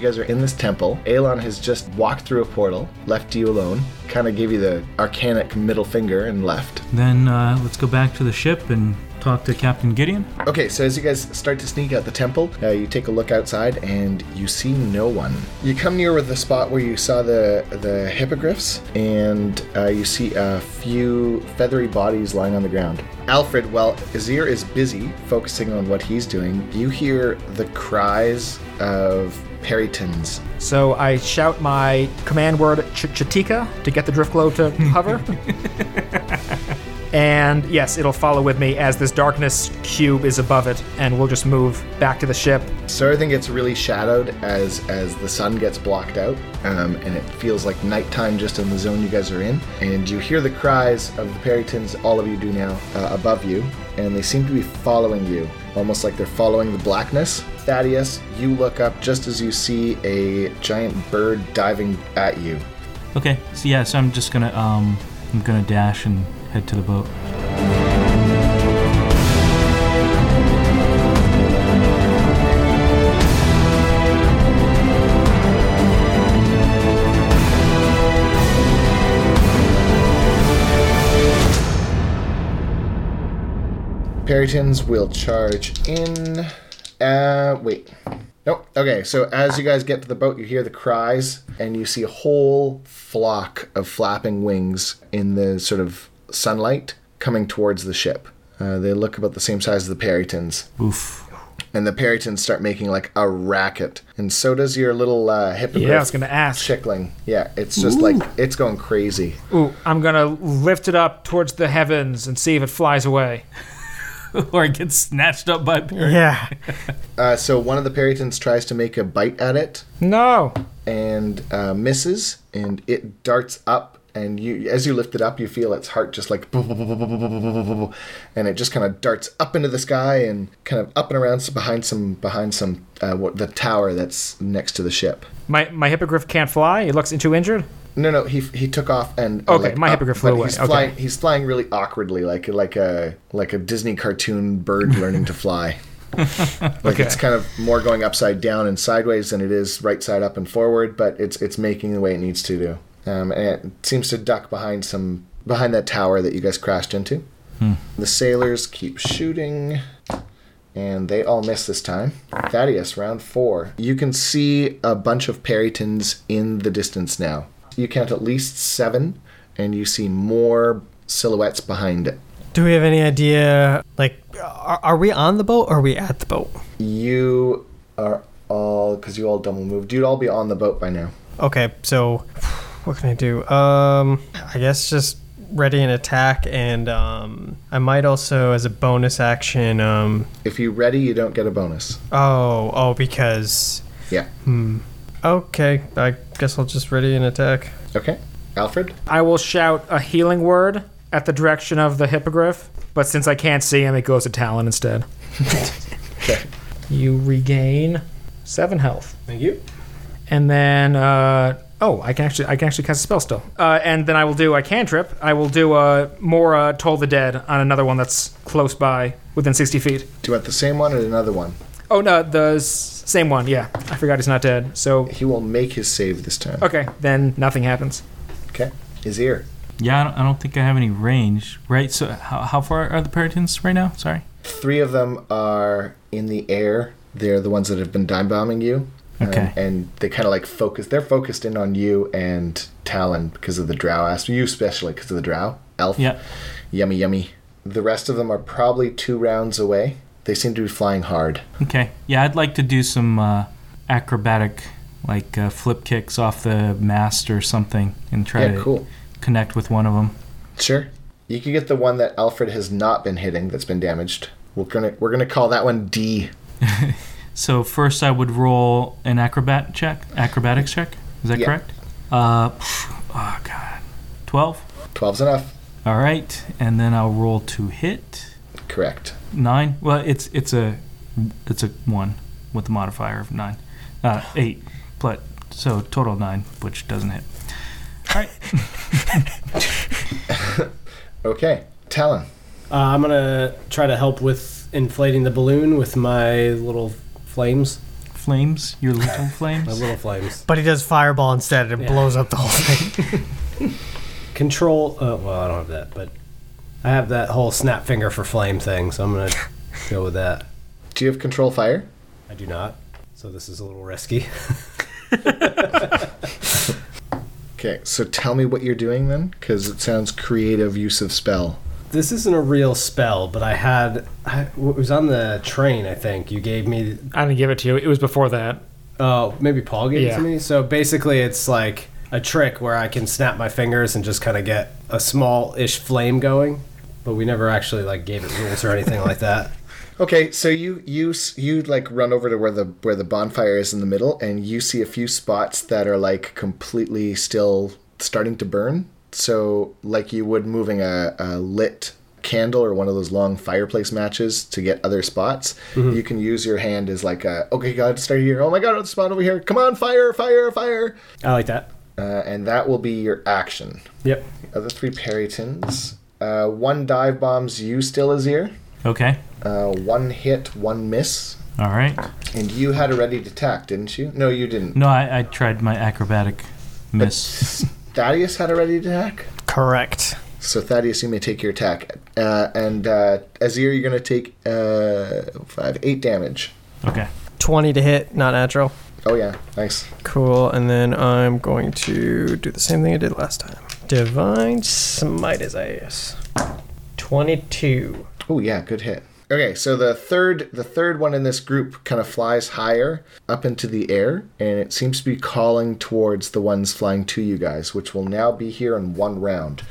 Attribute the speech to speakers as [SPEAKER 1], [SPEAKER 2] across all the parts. [SPEAKER 1] guys are in this temple. Elon has just walked through a portal, left you alone, kind of gave you the arcanic middle finger and left.
[SPEAKER 2] Then uh, let's go back to the ship and talk to Captain Gideon.
[SPEAKER 1] Okay, so as you guys start to sneak out the temple, uh, you take a look outside and you see no one. You come near with the spot where you saw the the hippogriffs, and uh, you see a few feathery bodies lying on the ground. Alfred, while Azir is busy focusing on what he's doing, you hear the cries of Perrytons.
[SPEAKER 3] So I shout my command word Ch- Chatika to get the drift globe to hover. and yes, it'll follow with me as this darkness cube is above it, and we'll just move back to the ship.
[SPEAKER 1] So everything gets really shadowed as as the sun gets blocked out, um, and it feels like nighttime just in the zone you guys are in. And you hear the cries of the Perrytons, all of you do now, uh, above you, and they seem to be following you, almost like they're following the blackness. Thaddeus, you look up just as you see a giant bird diving at you.
[SPEAKER 2] Okay, so yeah, so I'm just gonna um, I'm gonna dash and head to the boat.
[SPEAKER 1] Perrytons will charge in. Uh, wait. Nope. Okay, so as you guys get to the boat, you hear the cries, and you see a whole flock of flapping wings in the sort of sunlight coming towards the ship. Uh, they look about the same size as the Perrytons,
[SPEAKER 2] Oof.
[SPEAKER 1] and the Perrytons start making like a racket, and so does your little uh, hippogriff.
[SPEAKER 3] Yeah, I was gonna ask.
[SPEAKER 1] Chickling. Yeah, it's just like it's going crazy.
[SPEAKER 3] Ooh, I'm gonna lift it up towards the heavens and see if it flies away.
[SPEAKER 2] or it gets snatched up by a parrot.
[SPEAKER 3] Yeah.
[SPEAKER 1] Uh, so one of the Perrytons tries to make a bite at it,
[SPEAKER 3] No.
[SPEAKER 1] and uh, misses, and it darts up. And you, as you lift it up, you feel its heart just like, and it just kind of darts up into the sky and kind of up and around s- behind some behind some uh, what, the tower that's next to the ship.
[SPEAKER 3] My my hippogriff can't fly. It looks too injured.
[SPEAKER 1] No, no, he he took off and uh,
[SPEAKER 3] Okay, my hippogriff flew
[SPEAKER 1] but
[SPEAKER 3] away.
[SPEAKER 1] He's
[SPEAKER 3] Okay.
[SPEAKER 1] flying, he's flying really awkwardly, like like a like a Disney cartoon bird learning to fly. like
[SPEAKER 3] Okay.
[SPEAKER 1] it's kind of more going upside down and sideways than it is right side up and forward, but it's it's making the way it needs to do. Um, and it seems to duck behind some behind that tower that you guys crashed into.
[SPEAKER 3] Hmm.
[SPEAKER 1] The sailors keep shooting. And they all miss this time. Thaddeus, round four. You can see a bunch of Perrytons in the distance now. You count at least seven, and you see more silhouettes behind it.
[SPEAKER 4] Do we have any idea? Like, are, are we on the boat or are we at the boat?
[SPEAKER 1] You are all, because you all double moved, you'd all be on the boat by now.
[SPEAKER 4] Okay, so what can I do? Um, I guess just ready an attack, and um, I might also, as a bonus action, um,
[SPEAKER 1] If you ready, you don't get a bonus.
[SPEAKER 4] oh, oh, because
[SPEAKER 1] Yeah.
[SPEAKER 4] okay, I guess I'll just ready an attack.
[SPEAKER 1] Okay. Alfred?
[SPEAKER 3] I will shout a healing word at the direction of the hippogriff, but since I can't see him, it goes to Talon instead.
[SPEAKER 1] Okay.
[SPEAKER 3] You regain seven health,
[SPEAKER 4] Thank you.
[SPEAKER 3] and then uh, oh, I can actually I can actually cast a spell still, uh, and then I will do a cantrip. I will do a more uh, toll the dead on another one that's close by, within sixty feet.
[SPEAKER 1] Do you want the same one or another one?
[SPEAKER 3] Oh no, the s- same one. Yeah, I forgot he's not dead. So
[SPEAKER 1] He will make his save this time.
[SPEAKER 3] okay, then nothing happens.
[SPEAKER 1] Okay. His ear.
[SPEAKER 2] Yeah, I don't, I don't think I have any range. Right, so how, how far are the Perritans right now? Sorry.
[SPEAKER 1] Three of them are in the air. They're the ones that have been dime bombing you. Um,
[SPEAKER 2] Okay.
[SPEAKER 1] and they kind of like focus. They're focused in on you and Talon because of the drow aspect. You especially because of the drow. Elf.
[SPEAKER 2] Yeah.
[SPEAKER 1] Yummy, yummy. The rest of them are probably two rounds away. They seem to be flying hard.
[SPEAKER 2] Okay. Yeah, I'd like to do some uh, acrobatic, like uh, flip kicks off the mast or something, and try
[SPEAKER 1] Yeah,
[SPEAKER 2] to
[SPEAKER 1] cool.
[SPEAKER 2] connect with one of them.
[SPEAKER 1] Sure. You can get the one that Alfred has not been hitting that's been damaged. We're gonna we're gonna call that one D.
[SPEAKER 2] So first, I would roll an acrobat check, acrobatics check. Is that
[SPEAKER 1] Yeah.
[SPEAKER 2] correct? Uh, phew, oh god, twelve.
[SPEAKER 1] 12's enough.
[SPEAKER 2] All right, and then I'll roll to hit
[SPEAKER 1] Correct.
[SPEAKER 2] nine. Well, it's it's a it's a one with the modifier of nine, uh, eight. But so total nine, which doesn't hit. All right.
[SPEAKER 1] Okay. Talon.
[SPEAKER 5] Uh, I'm gonna try to help with inflating the balloon with my little flames.
[SPEAKER 2] flames, your little
[SPEAKER 5] My
[SPEAKER 2] flames.
[SPEAKER 5] little flames.
[SPEAKER 4] But he does fireball instead, and it
[SPEAKER 5] Yeah.
[SPEAKER 4] blows up the whole thing.
[SPEAKER 5] Control. Uh, well, I don't have that, but I have that whole snap finger for flame thing, so I'm gonna go with that.
[SPEAKER 1] Do you have control fire?
[SPEAKER 5] I do not. So this is a little risky.
[SPEAKER 1] Okay, so tell me what you're doing then, because it sounds creative use of spell.
[SPEAKER 5] This isn't a real spell, but I had. I, it was on the train, I think. You gave me
[SPEAKER 3] I didn't give it to you. It was before that.
[SPEAKER 5] Oh, maybe Paul gave it
[SPEAKER 3] Yeah.
[SPEAKER 5] to me. So basically, it's like a trick where I can snap my fingers and just kind of get a small-ish flame going. But we never actually like gave it rules or anything like that.
[SPEAKER 1] Okay, so you you s- you like run over to where the where the bonfire is in the middle, and you see a few spots that are like completely still starting to burn. So like you would moving a, a lit candle or one of those long fireplace matches to get other spots. You can use your hand as like a okay, God, start here. Oh my God, it's spot over here. Come on, fire, fire, fire.
[SPEAKER 5] I like that.
[SPEAKER 1] Uh, and that will be your action.
[SPEAKER 5] Yep.
[SPEAKER 1] Other Uh, three Perrytons. Uh, one dive bombs you still Azir.
[SPEAKER 2] Okay.
[SPEAKER 1] Uh, one hit, one miss.
[SPEAKER 2] All right.
[SPEAKER 1] And you had a ready to attack, didn't you? No, you didn't.
[SPEAKER 2] No, I, I tried my acrobatic miss.
[SPEAKER 1] Thaddeus had a ready to attack.
[SPEAKER 4] Correct.
[SPEAKER 1] So Thaddeus, you may take your attack. Uh, and uh, Azir, you're going to take uh, five, eight damage.
[SPEAKER 2] Okay.
[SPEAKER 4] 20 to hit, not natural.
[SPEAKER 1] Oh yeah, nice.
[SPEAKER 4] Cool. And then I'm going to do the same thing I did last time. Divine Smite is AS. 22.
[SPEAKER 1] Oh yeah, good hit. Okay, so the third the third one in this group kind of flies higher up into the air, and it seems to be calling towards the ones flying to you guys, which will now be here in one round.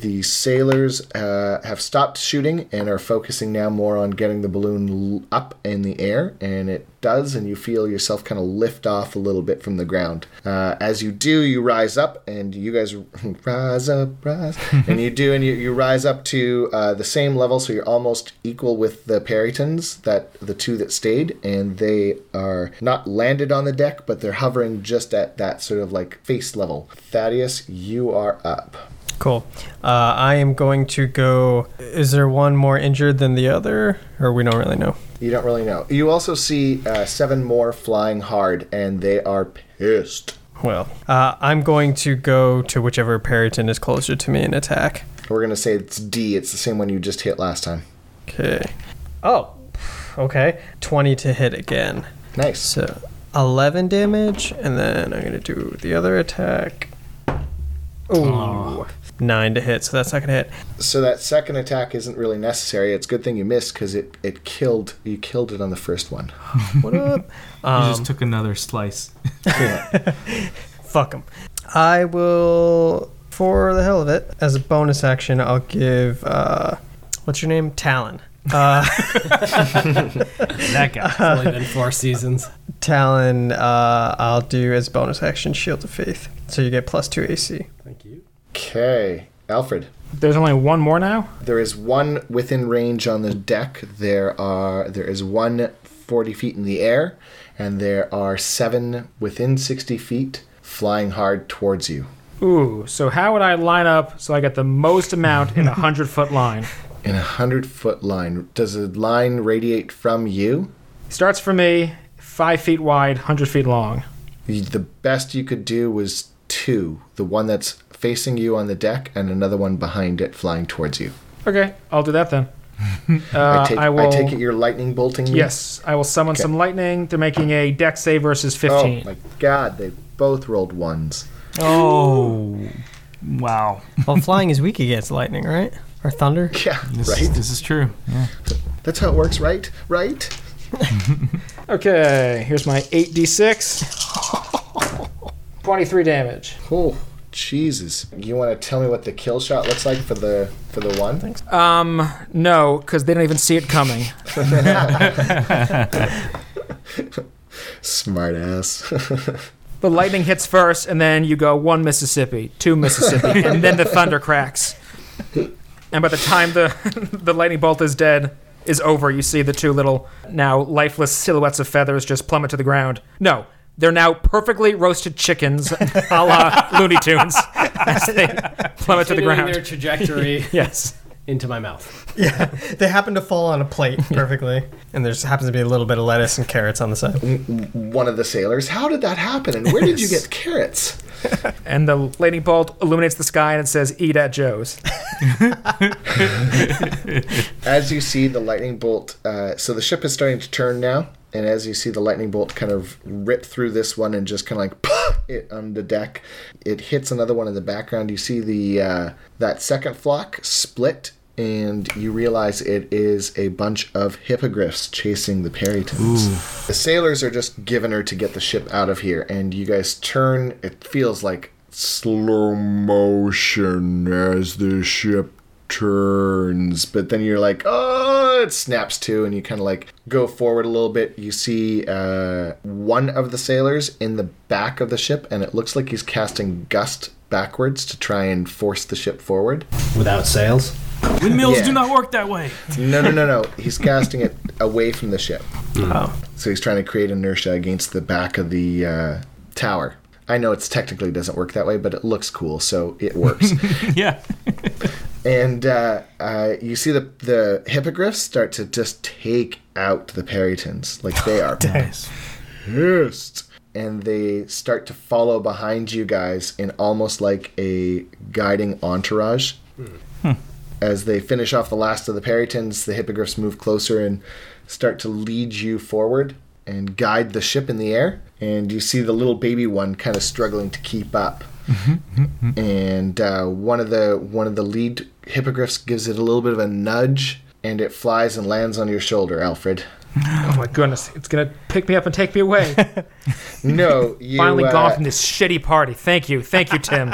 [SPEAKER 1] The sailors uh, have stopped shooting and are focusing now more on getting the balloon l- up in the air, and it does, and you feel yourself kind of lift off a little bit from the ground. Uh, as you do, you rise up, and you guys rise up, rise, and you do, and you, you rise up to uh, the same level, so you're almost equal with the Perrytons, that the two that stayed, and they are not landed on the deck, but they're hovering just at that sort of like face level. Thaddeus, you are up.
[SPEAKER 4] Cool. Uh, I am going to go. Is there one more injured than the other? Or we don't really know.
[SPEAKER 1] You don't really know. You also see uh, seven more flying hard, and they are pissed.
[SPEAKER 4] Well, uh, I'm going to go to whichever Periton is closer to me and attack.
[SPEAKER 1] We're gonna say it's D. It's the same one you just hit last time.
[SPEAKER 4] Okay. Oh, okay. 20 to hit again.
[SPEAKER 1] Nice.
[SPEAKER 4] So 11 damage, and then I'm going to do the other attack. Ooh. Nine to hit, so that's not going to hit.
[SPEAKER 1] So that second attack isn't really necessary. It's a good thing you missed because it, it killed you killed it on the first one.
[SPEAKER 4] What up?
[SPEAKER 2] you
[SPEAKER 4] um,
[SPEAKER 2] just took another slice.
[SPEAKER 4] Fuck him. I will, for the hell of it, as a bonus action, I'll give, uh, what's your name? Talon. Uh,
[SPEAKER 2] that guy.
[SPEAKER 5] It's only been four seasons.
[SPEAKER 4] Talon, uh, I'll do as bonus action Shield of Faith. So you get plus two AC.
[SPEAKER 5] Thank you.
[SPEAKER 1] Okay, Alfred.
[SPEAKER 3] There's only one more now.
[SPEAKER 1] There is one within range on the deck. There are there is one 40 feet in the air, and there are seven within 60 feet flying hard towards you.
[SPEAKER 3] Ooh. So how would I line up so I get the most amount in a hundred foot line?
[SPEAKER 1] In a hundred foot line, does a line radiate from you?
[SPEAKER 3] Starts for me, five feet wide, hundred feet long.
[SPEAKER 1] You- The best you could do was two. The one that's facing you on the deck, and another one behind it, flying towards you.
[SPEAKER 3] Okay, I'll do that then. Uh,
[SPEAKER 1] I, take,
[SPEAKER 3] I will.
[SPEAKER 1] take it you're lightning bolting. me?
[SPEAKER 3] Yes, I will summon some lightning. They're making a deck save versus
[SPEAKER 1] Oh
[SPEAKER 3] 15.
[SPEAKER 1] my god, they both rolled ones.
[SPEAKER 2] Oh, wow.
[SPEAKER 4] Well, flying is weak against lightning, right? Or thunder?
[SPEAKER 1] Yeah,
[SPEAKER 2] This, is,
[SPEAKER 1] right.
[SPEAKER 2] this is true. Yeah.
[SPEAKER 1] That's how it works, right? Right.
[SPEAKER 3] Okay, here's my 8d6. 23 damage.
[SPEAKER 1] Oh, Jesus! You want to tell me what the kill shot looks like for the for the one?
[SPEAKER 3] Um, no, because they don't even see it coming.
[SPEAKER 1] Smart ass.
[SPEAKER 3] The lightning hits first, and then you go one Mississippi, two Mississippi, and then the thunder cracks. And by the time the the lightning bolt is dead is over, you see the two little now lifeless silhouettes of feathers just plummet to the ground. No, they're now perfectly roasted chickens, a la Looney Tunes, as they plummet to the
[SPEAKER 5] Continuing Their
[SPEAKER 3] ground.
[SPEAKER 5] trajectory.
[SPEAKER 3] Yes.
[SPEAKER 5] into my mouth.
[SPEAKER 4] Yeah, they happen to fall on a plate perfectly, and there just happens to be a little bit of lettuce and carrots on the side.
[SPEAKER 1] One of the sailors, how did that happen? And where did you
[SPEAKER 4] Yes.
[SPEAKER 1] get carrots?
[SPEAKER 3] And the lightning bolt illuminates the sky and it says, Eat at Joe's.
[SPEAKER 1] as you see the lightning bolt, uh, so the ship is starting to turn now, and as you see the lightning bolt kind of rip through this one and just kind of like pop it on the deck, it hits another one in the background. You see the uh, that second flock split, and you realize it is a bunch of hippogriffs chasing the Perrytons. The sailors are just giving her to get the ship out of here, and you guys turn. It feels like slow motion as the ship turns but then you're like oh it snaps to and you kind of like go forward a little bit you see uh, one of the sailors in the back of the ship and it looks like he's casting gust backwards to try and force the ship forward
[SPEAKER 5] Without sails?
[SPEAKER 2] Windmills
[SPEAKER 1] Yeah.
[SPEAKER 2] do not work that way.
[SPEAKER 1] no no no no he's casting it away from the ship
[SPEAKER 4] Wow.
[SPEAKER 1] so he's trying to create inertia against the back of the uh, tower i know it's technically doesn't work that way but it looks cool so it works
[SPEAKER 2] Yeah.
[SPEAKER 1] and uh, uh, you see the the hippogriffs start to just take out the Perrytons. Like they are
[SPEAKER 2] Nice.
[SPEAKER 1] pissed, and they start to follow behind you guys in almost like a guiding entourage. Hmm. As they finish off the last of the Perrytons, the hippogriffs move closer and start to lead you forward and guide the ship in the air. And you see the little baby one kind of struggling to keep up and uh, one of the one of the lead hippogriffs gives it a little bit of a nudge and it flies and lands on your shoulder alfred
[SPEAKER 3] Oh my goodness. It's going to pick me up and take me away.
[SPEAKER 1] no you
[SPEAKER 3] Finally
[SPEAKER 1] uh,
[SPEAKER 3] gone from this shitty party. Thank you. Thank you, Tim.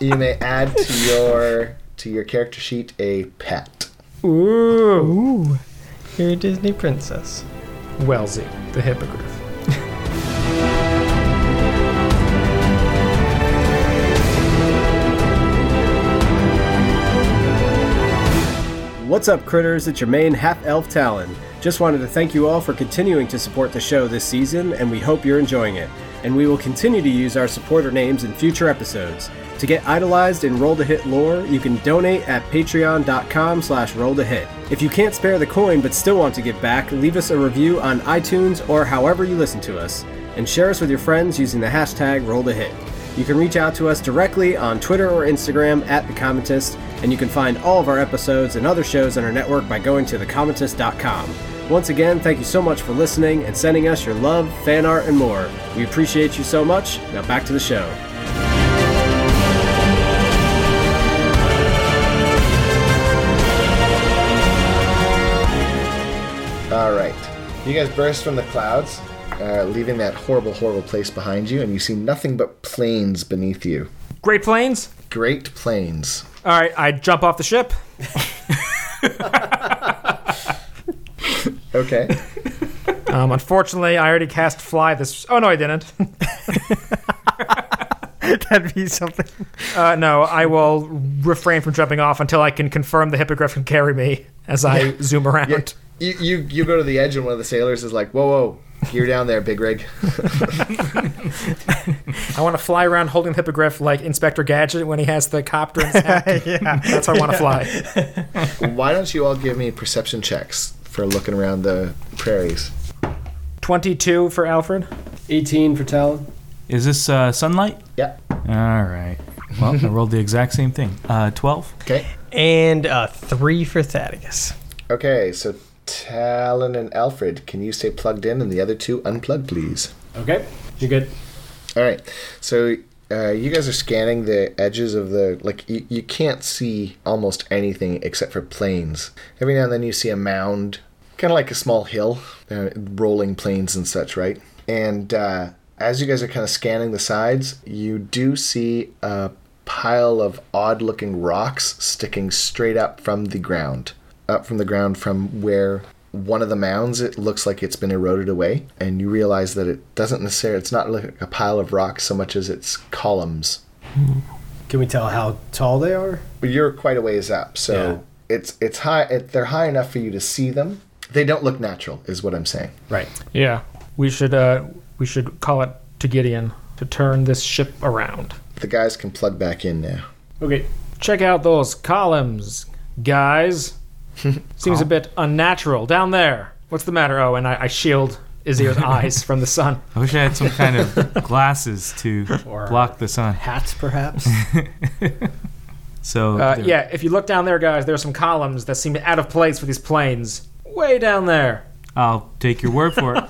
[SPEAKER 1] you may add to your to your character sheet a pet
[SPEAKER 3] Ooh.
[SPEAKER 4] Ooh, you're a Disney princess.
[SPEAKER 3] Wellesley, the hippogriff.
[SPEAKER 5] What's up, critters? It's your main half elf Talon. Just wanted to thank you all for continuing to support the show this season, and we hope you're enjoying it. And we will continue to use our supporter names in future episodes. To get idolized in Roll to Hit lore, you can donate at patreon.com slash roll to hit. If you can't spare the coin but still want to give back, leave us a review on iTunes or however you listen to us, and share us with your friends using the hashtag roll to hit. You can reach out to us directly on Twitter or Instagram at The Commentist, and you can find all of our episodes and other shows on our network by going to thecommentist.com. Once again, thank you so much for listening and sending us your love, fan art, and more. We appreciate you so much. Now back to the show.
[SPEAKER 1] all right you guys burst from the clouds uh, leaving that horrible horrible place behind you and you see nothing but plains beneath you
[SPEAKER 3] Great Plains.
[SPEAKER 1] great plains
[SPEAKER 3] All right, I jump off the ship.
[SPEAKER 1] okay
[SPEAKER 3] Um, unfortunately, I already cast fly this. Oh no, I didn't.
[SPEAKER 4] That'd be something.
[SPEAKER 3] Uh, no, I will refrain from jumping off until I can confirm the hippogriff can carry me as I zoom around.
[SPEAKER 1] you, you, you you go to the edge and one of the sailors is like whoa whoa you're down there big rig
[SPEAKER 3] I want to fly around holding the hippogriff like Inspector Gadget when he has the copter in his hat.
[SPEAKER 4] yeah.
[SPEAKER 3] That's how I want to fly.
[SPEAKER 1] why don't you all give me perception checks for looking around the prairies
[SPEAKER 3] Twenty-two for Alfred.
[SPEAKER 5] 18 for Talon.
[SPEAKER 2] Is this uh, sunlight?
[SPEAKER 1] yeah
[SPEAKER 2] All right. Well, I rolled the exact same thing. Uh, 12?
[SPEAKER 1] okay
[SPEAKER 4] And uh, three for Thaddeus.
[SPEAKER 1] Okay, so Talon and Alfred, can you stay plugged in and the other two unplugged, please?
[SPEAKER 5] Okay, you're good.
[SPEAKER 1] All right. So uh, you guys are scanning the edges of the like you, you can't see almost anything except for plains. Every now and then you see a mound, kind of like a small hill, uh, rolling plains and such, right? And uh, as you guys are kind of scanning the sides, you do see a pile of odd-looking rocks sticking straight up from the ground, up from the ground from where one of the mounds it looks like it's been eroded away and you realize that it doesn't necessarily it's not like a pile of rocks so much as it's columns
[SPEAKER 5] Can we tell how tall they are?
[SPEAKER 1] but you're quite a ways up so it's it's high it, they're high enough for you to see them they don't look natural is what i'm saying
[SPEAKER 5] Right.
[SPEAKER 3] Yeah, we should uh, we should call it to Gideon to turn this ship around.
[SPEAKER 1] the guys can plug back in now
[SPEAKER 5] Okay.
[SPEAKER 3] Check out those columns, guys. Seems a bit unnatural. Down there. What's the matter? Oh, and I, I shield Izir's eyes from the sun.
[SPEAKER 2] I wish I had some kind of glasses to
[SPEAKER 6] Or-
[SPEAKER 2] block the sun.
[SPEAKER 6] Hats, perhaps.
[SPEAKER 2] So
[SPEAKER 3] Uh,
[SPEAKER 2] there-
[SPEAKER 3] yeah, if you look down there, guys, there are some columns that seem out of place for these planes. Way down there.
[SPEAKER 2] I'll take your word for it.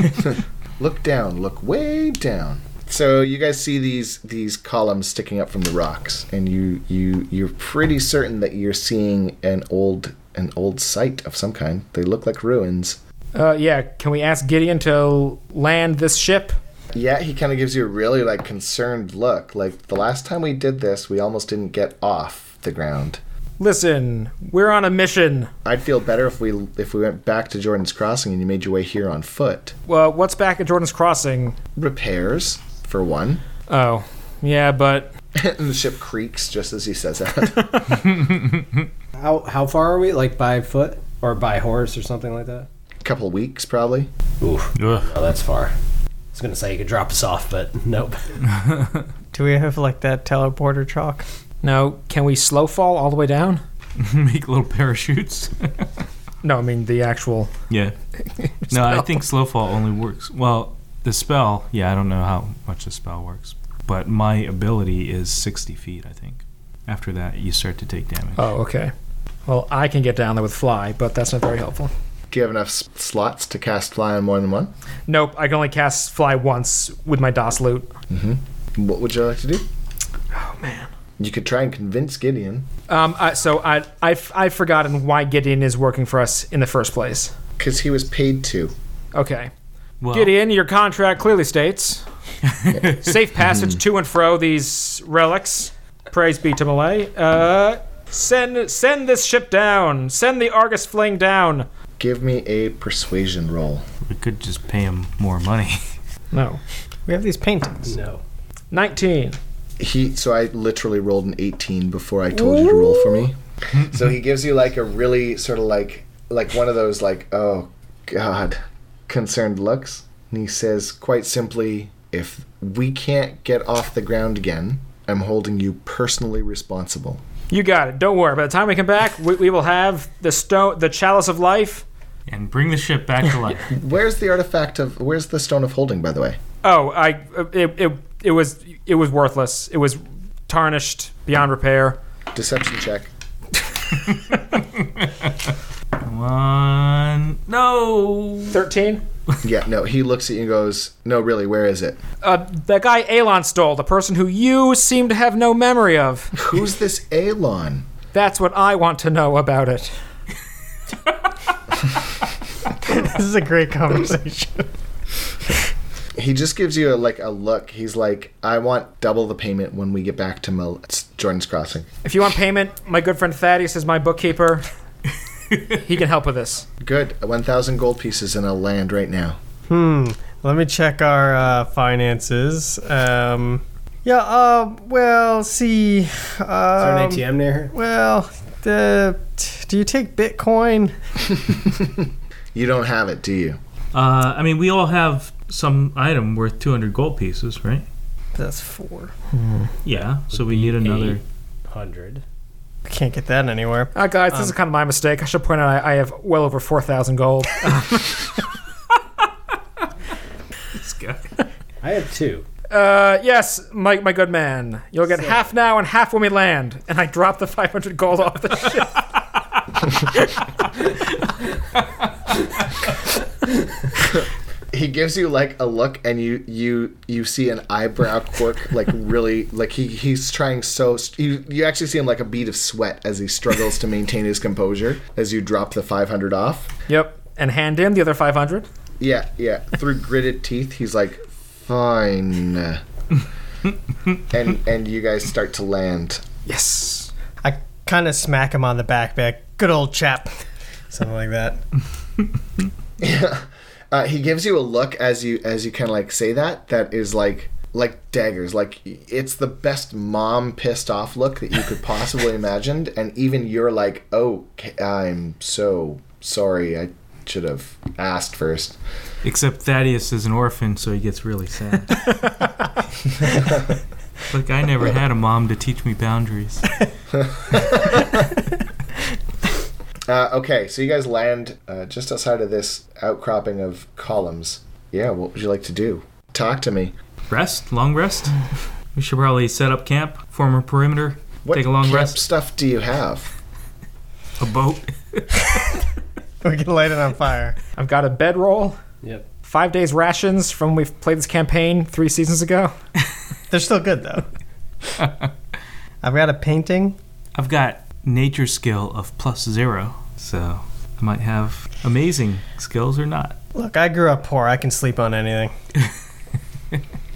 [SPEAKER 1] Look down. Look way down. So you guys see these these columns sticking up from the rocks, and you you you're pretty certain that you're seeing an old an old site of some kind. They look like ruins.
[SPEAKER 3] Uh, yeah, can we ask Gideon to land this ship?
[SPEAKER 1] Yeah, he kind of gives you a really like concerned look. Like the last time we did this, we almost didn't get off the ground.
[SPEAKER 3] Listen, we're on a mission.
[SPEAKER 1] I'd feel better if we if we went back to Jordan's Crossing and you made your way here on foot.
[SPEAKER 3] Well, what's back at Jordan's Crossing?
[SPEAKER 1] Repairs for one.
[SPEAKER 3] Oh, yeah, but
[SPEAKER 1] and the ship creaks just as he says that.
[SPEAKER 6] how how far are we? Like by foot or by horse or something like that?
[SPEAKER 1] a couple weeks probably.
[SPEAKER 6] Oof.
[SPEAKER 2] Ugh.
[SPEAKER 6] No, that's far. I was gonna say you could drop us off, but nope.
[SPEAKER 4] Do we have like that teleporter chalk?
[SPEAKER 3] no, can we slow fall all the way down?
[SPEAKER 2] Make little parachutes.
[SPEAKER 3] No, I mean the actual.
[SPEAKER 2] yeah. No, I think slow fall only works. Well, the spell. Yeah, I don't know how much the spell works, but my ability is 60 feet. I think. After that, you start to take damage.
[SPEAKER 3] Oh, okay. Well, I can get down there with fly, but that's not very helpful.
[SPEAKER 1] Do you have enough s- slots to cast fly on more than one?
[SPEAKER 3] Nope, I can only cast fly once with my DOS loot.
[SPEAKER 1] What would you like to do? Oh man. You could try and convince Gideon
[SPEAKER 3] Um, I, so I, I've, I've forgotten why Gideon is working for us in the first place.
[SPEAKER 1] because he was paid to.
[SPEAKER 3] Okay.
[SPEAKER 2] well,
[SPEAKER 3] Gideon, your contract clearly states safe passage to and fro these relics. Praise be to Malay. Uh, send send this ship down. Send the Argus Fling down.
[SPEAKER 1] Give me a persuasion roll.
[SPEAKER 2] we could just pay him more money.
[SPEAKER 3] No.
[SPEAKER 4] We have these paintings.
[SPEAKER 6] No.
[SPEAKER 3] 19.
[SPEAKER 1] he so i literally rolled an 18 before i told you to roll for me so he gives you like a really sort of like like one of those like oh god concerned looks and he says quite simply if we can't get off the ground again i'm holding you personally responsible
[SPEAKER 3] You got it. Don't worry. By the time we come back, we, we will have the stone, the chalice of life.
[SPEAKER 2] and bring the ship back to life.
[SPEAKER 1] where's the artifact of where's the stone of holding by the way
[SPEAKER 3] Oh, I it, it it was it was worthless. It was tarnished beyond repair.
[SPEAKER 1] deception check
[SPEAKER 2] One. No.
[SPEAKER 3] 13.
[SPEAKER 1] yeah no he looks at you and goes no really where is it
[SPEAKER 3] Uh, that guy Elon stole, the person who you seem to have no memory of.
[SPEAKER 1] who's this alon
[SPEAKER 3] That's what I want to know about it.
[SPEAKER 4] This is a great conversation.
[SPEAKER 1] he just gives you a, like a look. He's like, "I want double the payment when we get back to Mil- it's Jordan's Crossing."
[SPEAKER 3] If you want payment, my good friend Thaddeus is my bookkeeper. he can help with this.
[SPEAKER 1] Good, one thousand gold pieces, and I'll land right now.
[SPEAKER 4] Hmm. Let me check our uh, finances. Um, yeah. Uh, well, see.
[SPEAKER 6] Is there
[SPEAKER 4] Um,
[SPEAKER 6] an ATM near here?
[SPEAKER 4] Well, the, do you take Bitcoin?
[SPEAKER 1] You don't have it, do you?
[SPEAKER 2] Uh, I mean, we all have some item worth 200 gold pieces, right?
[SPEAKER 4] That's four.
[SPEAKER 2] Yeah. So we need another.
[SPEAKER 6] Hundred.
[SPEAKER 4] I can't get that anywhere.
[SPEAKER 3] Uh, guys, this is kind of my mistake. I should point out I, I have well over 4,000 gold.
[SPEAKER 2] This guy.
[SPEAKER 6] I have two.
[SPEAKER 3] Uh, yes, my, my good man. You'll get half now and half when we land. And I drop the 500 gold off the ship.
[SPEAKER 1] He gives you like a look, and you you you see an eyebrow quirk, like really, like he he's trying so. St- you you actually see him like a bead of sweat as he struggles to maintain his composure as you drop the five hundred off.
[SPEAKER 3] Yep. And hand him the other 500.
[SPEAKER 1] Yeah, yeah. Through gritted teeth, he's like, "Fine," and and you guys start to land.
[SPEAKER 3] Yes.
[SPEAKER 4] I kind of smack him on the back, back. Good old chap. Something like that.
[SPEAKER 1] Uh, he gives you a look as you as you kind of like say that that is like like daggers like it's the best mom pissed off look that you could possibly imagine and even you're like oh ca- i'm so sorry i should have asked first
[SPEAKER 2] Except Thaddeus is an orphan, so he gets really sad. Look, I never had a mom to teach me boundaries.
[SPEAKER 1] Uh, okay, so you guys land uh, just outside of this outcropping of columns. Yeah, what would you like to do? Talk to me.
[SPEAKER 2] Rest, long rest. We should probably set up camp, form a perimeter,
[SPEAKER 1] What
[SPEAKER 2] take a long
[SPEAKER 1] camp
[SPEAKER 2] rest,
[SPEAKER 1] stuff do you have?
[SPEAKER 2] a boat.
[SPEAKER 4] We can light it on fire.
[SPEAKER 3] I've got a bedroll,
[SPEAKER 6] Yep.
[SPEAKER 3] five days rations from we've played this campaign three seasons ago.
[SPEAKER 4] They're still good though. I've got a painting.
[SPEAKER 2] I've got nature skill of plus zero, so I might have amazing skills or not.
[SPEAKER 4] Look, I grew up poor. I can sleep on anything.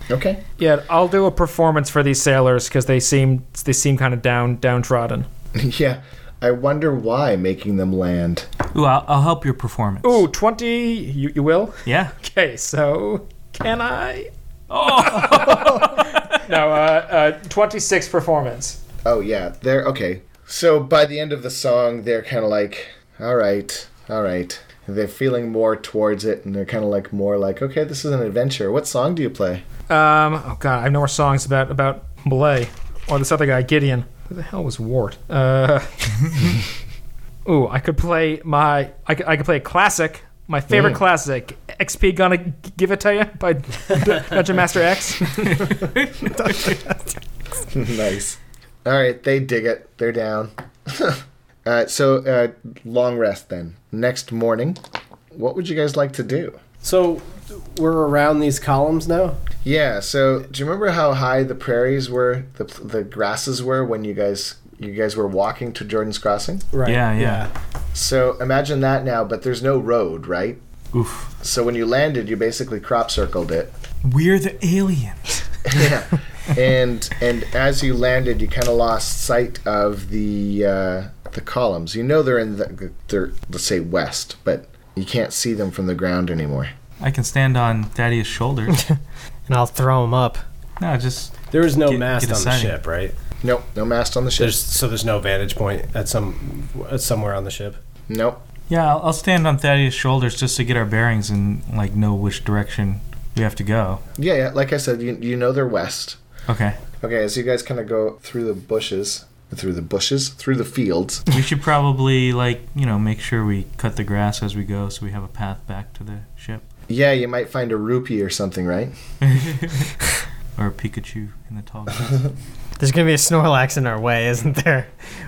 [SPEAKER 1] Okay.
[SPEAKER 3] Yeah, I'll do a performance for these sailors because they seem they seem kind of down downtrodden.
[SPEAKER 1] yeah, I wonder why making them land.
[SPEAKER 2] Ooh, I'll, I'll help your performance.
[SPEAKER 3] Ooh, 20, you, you will?
[SPEAKER 2] Yeah.
[SPEAKER 3] Okay, so can I? Oh! no, uh, uh, 26 performance.
[SPEAKER 1] Oh yeah, they're okay. So by the end of the song, they're kind of like, all right, all right. They're feeling more towards it, and they're kind of like more like, okay, this is an adventure. What song do you play?
[SPEAKER 3] Um, oh god, I have no more songs about about Belay or this other guy Gideon. Who the hell was Wart? Uh, ooh, I could play my I could, I could play a classic, my favorite
[SPEAKER 4] Mm.
[SPEAKER 3] classic, XP gonna G- give it to you by D- Dungeon Master X.
[SPEAKER 1] nice. All right, they dig it. They're down. uh, so uh, long rest then. Next morning, what would you guys like to do?
[SPEAKER 6] So we're around these columns now.
[SPEAKER 1] Yeah. So do you remember how high the prairies were, the the grasses were when you guys you guys were walking to Jordan's Crossing?
[SPEAKER 6] Right.
[SPEAKER 2] Yeah, yeah.
[SPEAKER 1] So imagine that now, but there's no road, right?
[SPEAKER 2] Oof.
[SPEAKER 1] So when you landed, you basically crop circled it.
[SPEAKER 2] We're the aliens.
[SPEAKER 1] Yeah. and and as you landed, you kind of lost sight of the uh, the columns. You know they're in the they're let's say west, but you can't see them from the ground anymore.
[SPEAKER 2] I can stand on Thaddeus' shoulders.
[SPEAKER 4] And I'll throw them up.
[SPEAKER 2] no, just
[SPEAKER 6] There is no
[SPEAKER 2] Get-
[SPEAKER 6] mast
[SPEAKER 2] get a
[SPEAKER 6] on the
[SPEAKER 2] sighting.
[SPEAKER 6] ship, right?
[SPEAKER 1] Nope, no mast on the ship.
[SPEAKER 6] There's so there's no vantage point at some at somewhere on the ship.
[SPEAKER 1] Nope.
[SPEAKER 2] yeah. I'll, I'll stand on Thaddeus' shoulders just to get our bearings and like know which direction we have to go.
[SPEAKER 1] Yeah, yeah. Like I said, you you know they're west.
[SPEAKER 2] Okay.
[SPEAKER 1] Okay, as you guys kind of go through the bushes, through the bushes, through the fields.
[SPEAKER 2] We should probably like you know make sure we cut the grass as we go so we have a path back to the ship
[SPEAKER 1] Yeah, you might find a rupee or something, right?
[SPEAKER 2] or a Pikachu in the tall grass.
[SPEAKER 4] There's gonna be a Snorlax in our way, isn't there?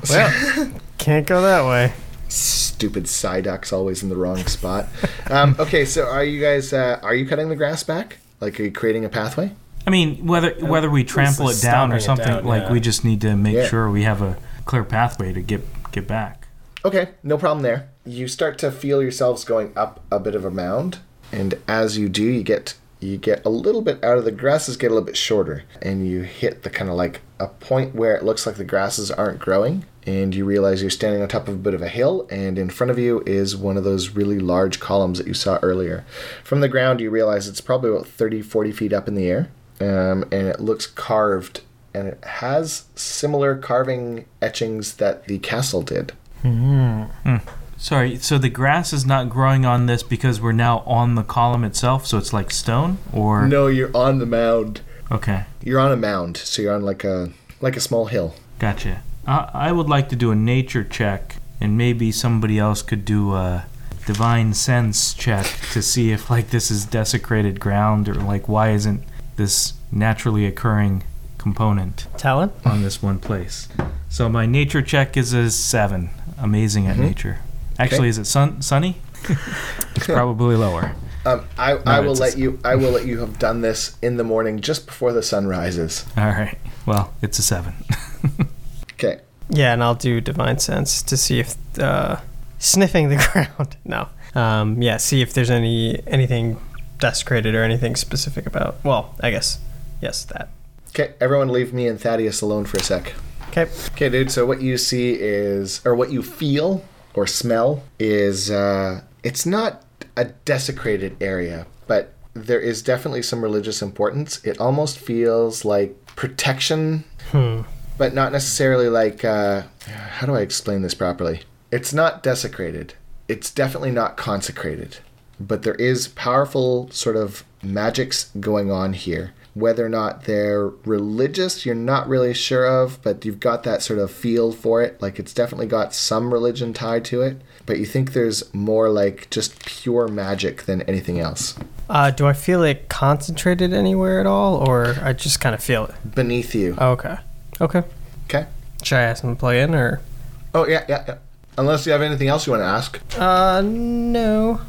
[SPEAKER 4] Well, can't go that way.
[SPEAKER 1] Stupid Psyduck's always in the wrong spot. Um, okay, so are you guys uh, are you cutting the grass back? Like, are you creating a pathway?
[SPEAKER 2] I mean whether whether we trample it
[SPEAKER 6] just
[SPEAKER 2] down
[SPEAKER 6] stomping it
[SPEAKER 2] or something
[SPEAKER 6] down,
[SPEAKER 2] like
[SPEAKER 6] yeah.
[SPEAKER 2] we just need to make
[SPEAKER 1] Yeah.
[SPEAKER 2] sure we have a clear pathway to get get back.
[SPEAKER 1] Okay, no problem there. You start to feel yourselves going up a bit of a mound, and as you do, you get you get a little bit out of the grasses get a little bit shorter, and you hit the kind of like a point where it looks like the grasses aren't growing, and you realize you're standing on top of a bit of a hill, and in front of you is one of those really large columns that you saw earlier. From the ground, you realize it's probably about 30, 40 feet up in the air, um, and it looks carved, and it has similar carving etchings that the castle did.
[SPEAKER 2] Sorry, so the grass is not growing on this because we're now on the column itself, so it's like stone or
[SPEAKER 1] No, you're on the mound.
[SPEAKER 2] okay,
[SPEAKER 1] You're on a mound, so you're on like a like a small hill.
[SPEAKER 2] gotcha. I, I would like to do a nature check, and maybe somebody else could do a divine sense check to see if like this is desecrated ground or like why isn't this naturally occurring component
[SPEAKER 4] Talon,
[SPEAKER 2] on this one place. So my nature check is a seven. Amazing at nature. Actually, is it sun sunny? it's probably lower.
[SPEAKER 1] Um, I, I will
[SPEAKER 2] it's a
[SPEAKER 1] let
[SPEAKER 2] s-
[SPEAKER 1] you I will let you have done this in the morning just before the sun rises.
[SPEAKER 2] All right. Well, it's a seven.
[SPEAKER 1] Okay.
[SPEAKER 4] Yeah, and I'll do divine sense to see if uh, sniffing the ground. No. Um, yeah, see if there's any anything desecrated or anything specific about. Well, I guess yes, that.
[SPEAKER 1] Okay, everyone leave me and Thaddeus alone for a sec.
[SPEAKER 4] Okay.
[SPEAKER 1] Okay, dude, so what you see is or what you feel or smell is uh it's not a desecrated area, but there is definitely some religious importance. It almost feels like protection but not necessarily like uh, how do I explain this properly? It's not desecrated. It's definitely not consecrated, but there is powerful sort of magics going on here Whether or not they're religious, you're not really sure of, but you've got that sort of feel for it. Like it's definitely got some religion tied to it, but you think there's more like just pure magic than anything else.
[SPEAKER 4] Uh, do I feel it concentrated anywhere at all, or I just kind of feel it?
[SPEAKER 1] Beneath you.
[SPEAKER 4] Okay. Okay.
[SPEAKER 1] Okay.
[SPEAKER 4] Should I ask him to play in, or?
[SPEAKER 1] Oh, yeah, yeah, yeah. Unless you have anything else you want to ask.
[SPEAKER 4] Uh, no.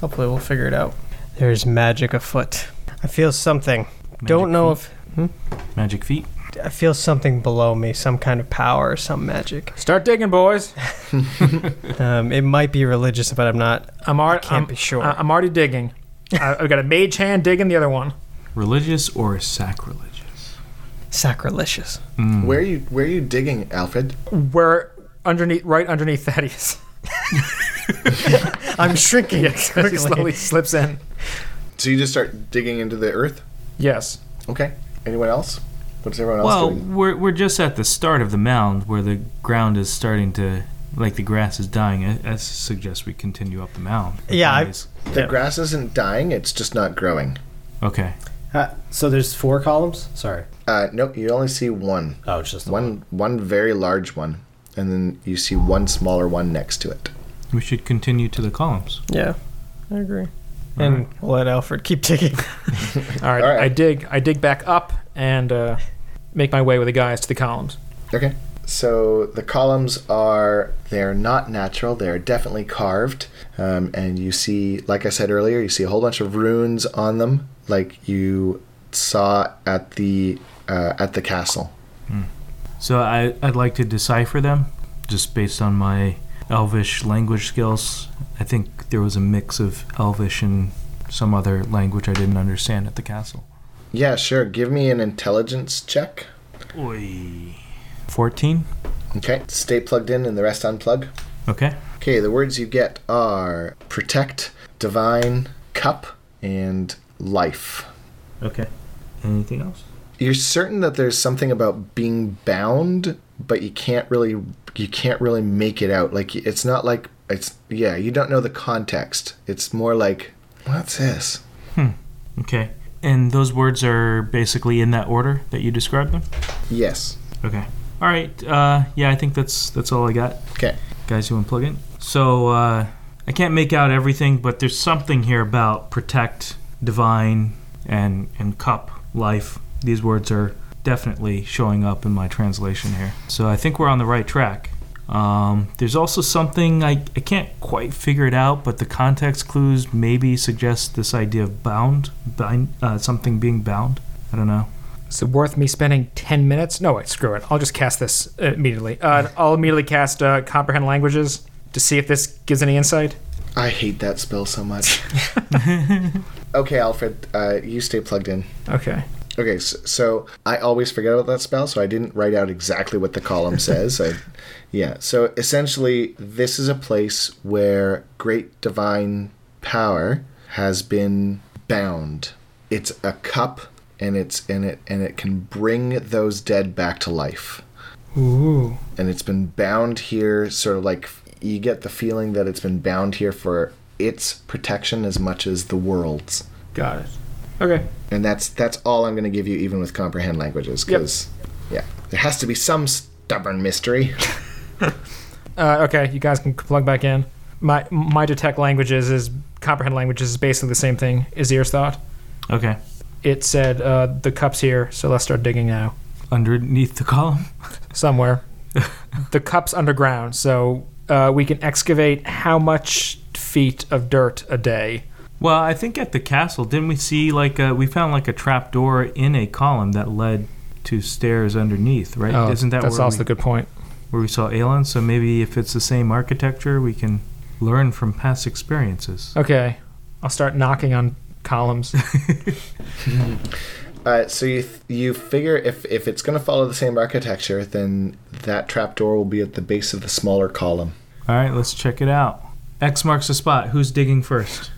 [SPEAKER 4] Hopefully, we'll figure it out. There's magic afoot. I feel something. Don't
[SPEAKER 2] Magic
[SPEAKER 4] know
[SPEAKER 2] Magic feet.
[SPEAKER 4] if I feel something below me, some kind of power or some magic.
[SPEAKER 3] Start digging, boys.
[SPEAKER 4] Um, it might be religious, but I'm not.
[SPEAKER 3] I'm already.
[SPEAKER 4] Can't be sure.
[SPEAKER 3] I'm already digging. I, I've got a mage hand digging the other one.
[SPEAKER 2] Religious or sacrilegious?
[SPEAKER 4] Sacrilegious.
[SPEAKER 1] Where are you where are you digging, Alfred?
[SPEAKER 3] We're underneath, right underneath Thaddeus.
[SPEAKER 4] I'm shrinking
[SPEAKER 3] As he slowly slips in.
[SPEAKER 1] So you just start digging into the earth?
[SPEAKER 3] Yes.
[SPEAKER 1] Okay. Anyone else? What's everyone else
[SPEAKER 2] Well,
[SPEAKER 1] doing?
[SPEAKER 2] we're we're just at the start of the mound where the ground is starting to, like the grass is dying. I, I suggest we continue up the mound.
[SPEAKER 4] Yeah, I-
[SPEAKER 2] Please.
[SPEAKER 1] The grass isn't dying, it's just not growing.
[SPEAKER 2] Okay.
[SPEAKER 6] Uh, so there's four columns. Sorry.
[SPEAKER 1] Uh, nope, you only see one.
[SPEAKER 6] Oh, it's just the one.
[SPEAKER 1] One one very large one. And then you see one smaller one next to it.
[SPEAKER 2] We should continue to the columns.
[SPEAKER 4] Yeah, I agree. And we'll let Alfred keep digging.
[SPEAKER 3] All right.
[SPEAKER 1] All right.
[SPEAKER 3] I dig. I dig back up and uh, make my way with the guys to the columns.
[SPEAKER 1] Okay. So the columns are they're not natural, they're definitely carved. Um, and you see, like I said earlier, you see a whole bunch of runes on them, like you saw at the uh, at the castle.
[SPEAKER 2] So I I'd like to decipher them, just based on my Elvish language skills. I think there was a mix of Elvish and some other language I didn't understand at the castle.
[SPEAKER 1] Yeah, sure. Give me an intelligence check.
[SPEAKER 2] Oi. Fourteen.
[SPEAKER 1] Okay. Stay plugged in and the rest unplug.
[SPEAKER 2] Okay.
[SPEAKER 1] Okay, the words you get are protect, divine, cup, and life.
[SPEAKER 2] Okay. Anything else?
[SPEAKER 1] You're certain that there's something about being bound, but you can't really you can't really make it out. Like it's not like it's yeah, you don't know the context. It's more like what's this?
[SPEAKER 2] Okay. And those words are basically in that order that you described them.
[SPEAKER 1] Yes.
[SPEAKER 2] Okay. All right. Uh, yeah, I think that's that's all I got.
[SPEAKER 1] Okay.
[SPEAKER 2] Guys, you want to plug in? So uh, I can't make out everything, but there's something here about protect, divine, and and cup life. These words are definitely showing up in my translation here. So I think we're on the right track. Um, there's also something I, I can't quite figure it out, but the context clues maybe suggest this idea of bound, bind, uh, something being bound. I don't know.
[SPEAKER 3] Is it worth me spending 10 minutes? No, wait, screw it. I'll just cast this uh, immediately. Uh,
[SPEAKER 1] Hmm.
[SPEAKER 3] I'll immediately cast uh, Comprehend Languages to see if this gives any insight.
[SPEAKER 1] I hate that spell so much. okay, Alfred, uh, you stay plugged in.
[SPEAKER 3] Okay.
[SPEAKER 1] Okay, so, so I always forget about that spell, so I didn't write out exactly what the column says. I, yeah, so essentially, this is a place where great divine power has been bound. It's a cup, and it's and it and it can bring those dead back to life.
[SPEAKER 4] Ooh.
[SPEAKER 1] And it's been bound here, sort of like you get the feeling that it's been bound here for its protection as much as the world's
[SPEAKER 3] Got it. Okay.
[SPEAKER 1] and that's that's all I'm going to give you, even with comprehend languages,
[SPEAKER 3] Yep.
[SPEAKER 1] because yeah, there has to be some stubborn mystery.
[SPEAKER 3] Uh, okay, you guys can plug back in. My my detect languages is comprehend languages is basically the same thing as ears thought.
[SPEAKER 2] Okay.
[SPEAKER 3] It said uh, the cup's here, so let's start digging now.
[SPEAKER 2] Underneath the column.
[SPEAKER 3] Somewhere, the cup's underground, so uh, we can excavate how much feet of dirt a day?
[SPEAKER 2] Well, I think at the castle, didn't we see like a, we found like a trap door in a column that led to stairs underneath, right?
[SPEAKER 3] Oh,
[SPEAKER 2] Isn't that
[SPEAKER 3] that's
[SPEAKER 2] where,
[SPEAKER 3] also
[SPEAKER 2] we,
[SPEAKER 3] a good point?
[SPEAKER 2] where we saw Aelin? So maybe if it's the same architecture, we can learn from past experiences.
[SPEAKER 3] Okay, I'll start knocking on columns.
[SPEAKER 1] uh, so you th- you figure if if it's going to follow the same architecture, then that trapdoor will be at the base of the smaller column.
[SPEAKER 2] All right, let's check it out. X marks the spot. Who's digging first?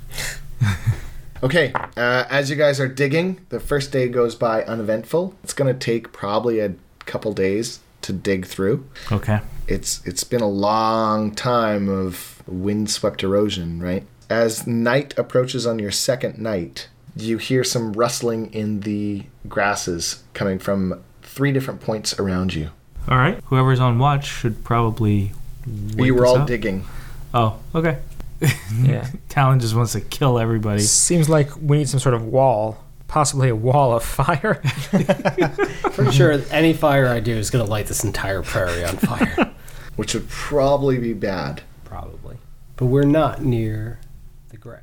[SPEAKER 1] Okay, uh, as you guys are digging, the first day goes by uneventful. It's going to take probably a couple days to dig through.
[SPEAKER 2] Okay.
[SPEAKER 1] it's it's been a long time of windswept erosion, right? As night approaches on your second night, you hear some rustling in the grasses coming from three different points around you.
[SPEAKER 2] All right. Whoever's on watch should probably.
[SPEAKER 1] We
[SPEAKER 2] wake
[SPEAKER 1] were
[SPEAKER 2] us
[SPEAKER 1] all
[SPEAKER 2] up.
[SPEAKER 1] digging.
[SPEAKER 2] Oh, okay.
[SPEAKER 3] Yeah.
[SPEAKER 2] Talon just wants to kill everybody.
[SPEAKER 3] Seems like we need some sort of wall, possibly a wall of fire.
[SPEAKER 6] Pretty sure any fire I do is going to light this entire prairie on fire.
[SPEAKER 1] which would probably be bad.
[SPEAKER 6] Probably. But we're not near the grass.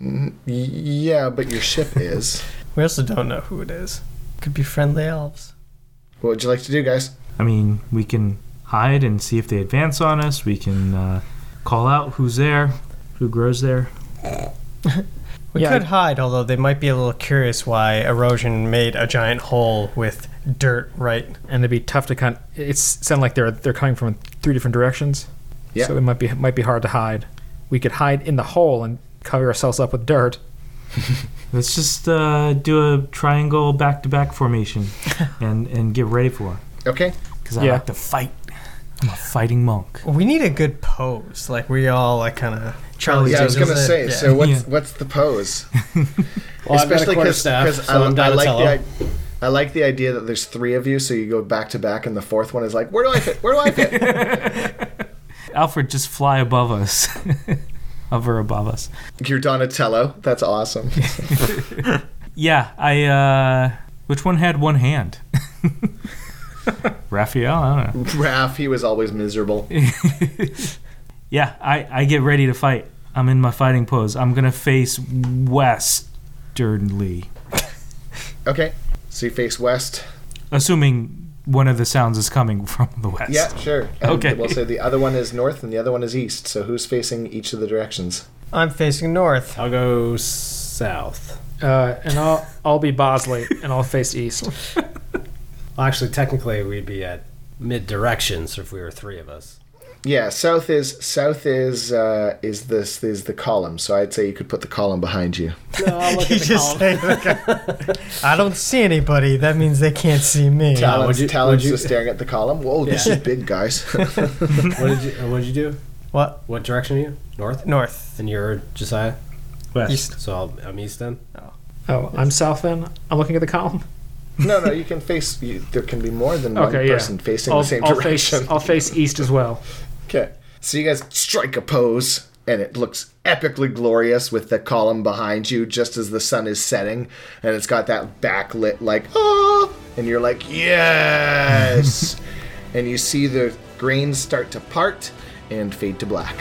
[SPEAKER 1] Y- yeah, but your ship is.
[SPEAKER 4] We also don't know who it is. Could be friendly elves.
[SPEAKER 1] What would you like to do, guys?
[SPEAKER 2] I mean, we can hide and see if they advance on us. We can uh, call out who's there, who grows there.
[SPEAKER 4] We
[SPEAKER 3] Yeah,
[SPEAKER 4] could
[SPEAKER 3] I-
[SPEAKER 4] hide, although they might be a little curious why erosion made a giant hole with dirt right
[SPEAKER 3] and it'd be tough to kind. It's sound like they're they're coming from three different directions.
[SPEAKER 1] Yeah.
[SPEAKER 3] So it might be might be hard to hide. We could hide in the hole and cover ourselves up with dirt.
[SPEAKER 2] Let's just uh, do a triangle back-to-back formation, and and get ready for.
[SPEAKER 1] Okay.
[SPEAKER 2] Because I
[SPEAKER 3] Yeah.
[SPEAKER 2] like to fight. I'm a fighting monk.
[SPEAKER 4] We need a good pose. Like we all like kind of Charlie.
[SPEAKER 1] Yeah, I was
[SPEAKER 4] Daniels
[SPEAKER 1] gonna
[SPEAKER 4] it.
[SPEAKER 1] say.
[SPEAKER 4] Yeah.
[SPEAKER 1] So what's
[SPEAKER 2] Yeah.
[SPEAKER 1] what's the pose?
[SPEAKER 6] Well, I've got a quarterstaff, so
[SPEAKER 1] I,
[SPEAKER 6] I'm
[SPEAKER 1] I like
[SPEAKER 6] Donatello.
[SPEAKER 1] the I, I like the idea that there's three of you, so you go back to back, and the fourth one is like, where do I fit? Where do I fit?
[SPEAKER 2] Alfred, just fly above us, of or above us.
[SPEAKER 1] You're Donatello. That's awesome.
[SPEAKER 2] Yeah, I. uh Which one had one hand? Raphael, I don't know.
[SPEAKER 1] Raph, he was always miserable.
[SPEAKER 2] Yeah, I I get ready to fight. I'm in my fighting pose. I'm gonna face westernly,
[SPEAKER 1] Okay. So you face west.
[SPEAKER 2] assuming one of the sounds is coming from the west.
[SPEAKER 1] Yeah, sure. And
[SPEAKER 2] Okay.
[SPEAKER 1] We'll say the other one is north and the other one is east. So who's facing each of the directions?
[SPEAKER 4] I'm facing north.
[SPEAKER 6] I'll go south.
[SPEAKER 3] Uh, and I'll I'll be Bosley and I'll face east.
[SPEAKER 6] Well, actually, technically, we'd be at mid directions if we were three of us.
[SPEAKER 1] Yeah, south is south is uh, is this is the column. So I'd say you could put the column behind you.
[SPEAKER 6] No, I'll look
[SPEAKER 4] You
[SPEAKER 6] at the column.
[SPEAKER 4] just say, "Look, I don't see anybody. That means they can't see me.
[SPEAKER 6] Yeah, would
[SPEAKER 1] Talon's,
[SPEAKER 6] you-
[SPEAKER 1] Talon's
[SPEAKER 6] would you-
[SPEAKER 1] just staring at the column. Whoa, this
[SPEAKER 6] Yeah.
[SPEAKER 1] is big, guys.
[SPEAKER 6] What did you? uh, What did you do?
[SPEAKER 4] What?
[SPEAKER 6] What direction are you? North.
[SPEAKER 4] North.
[SPEAKER 6] And you're Josiah.
[SPEAKER 2] West.
[SPEAKER 4] East.
[SPEAKER 6] So I'll, I'm east then.
[SPEAKER 3] Oh, I'm south then. I'm looking at the column.
[SPEAKER 1] no, no, you can face. You, there can be more than one
[SPEAKER 3] Okay, yeah.
[SPEAKER 1] person facing the same
[SPEAKER 3] I'll
[SPEAKER 1] direction.
[SPEAKER 3] face I'll face east as well.
[SPEAKER 1] okay, so you guys strike a pose, and it looks epically glorious with the column behind you, just as the sun is setting, and it's got that backlit like ah, and you're like yes, and you see the grains start to part and fade to black.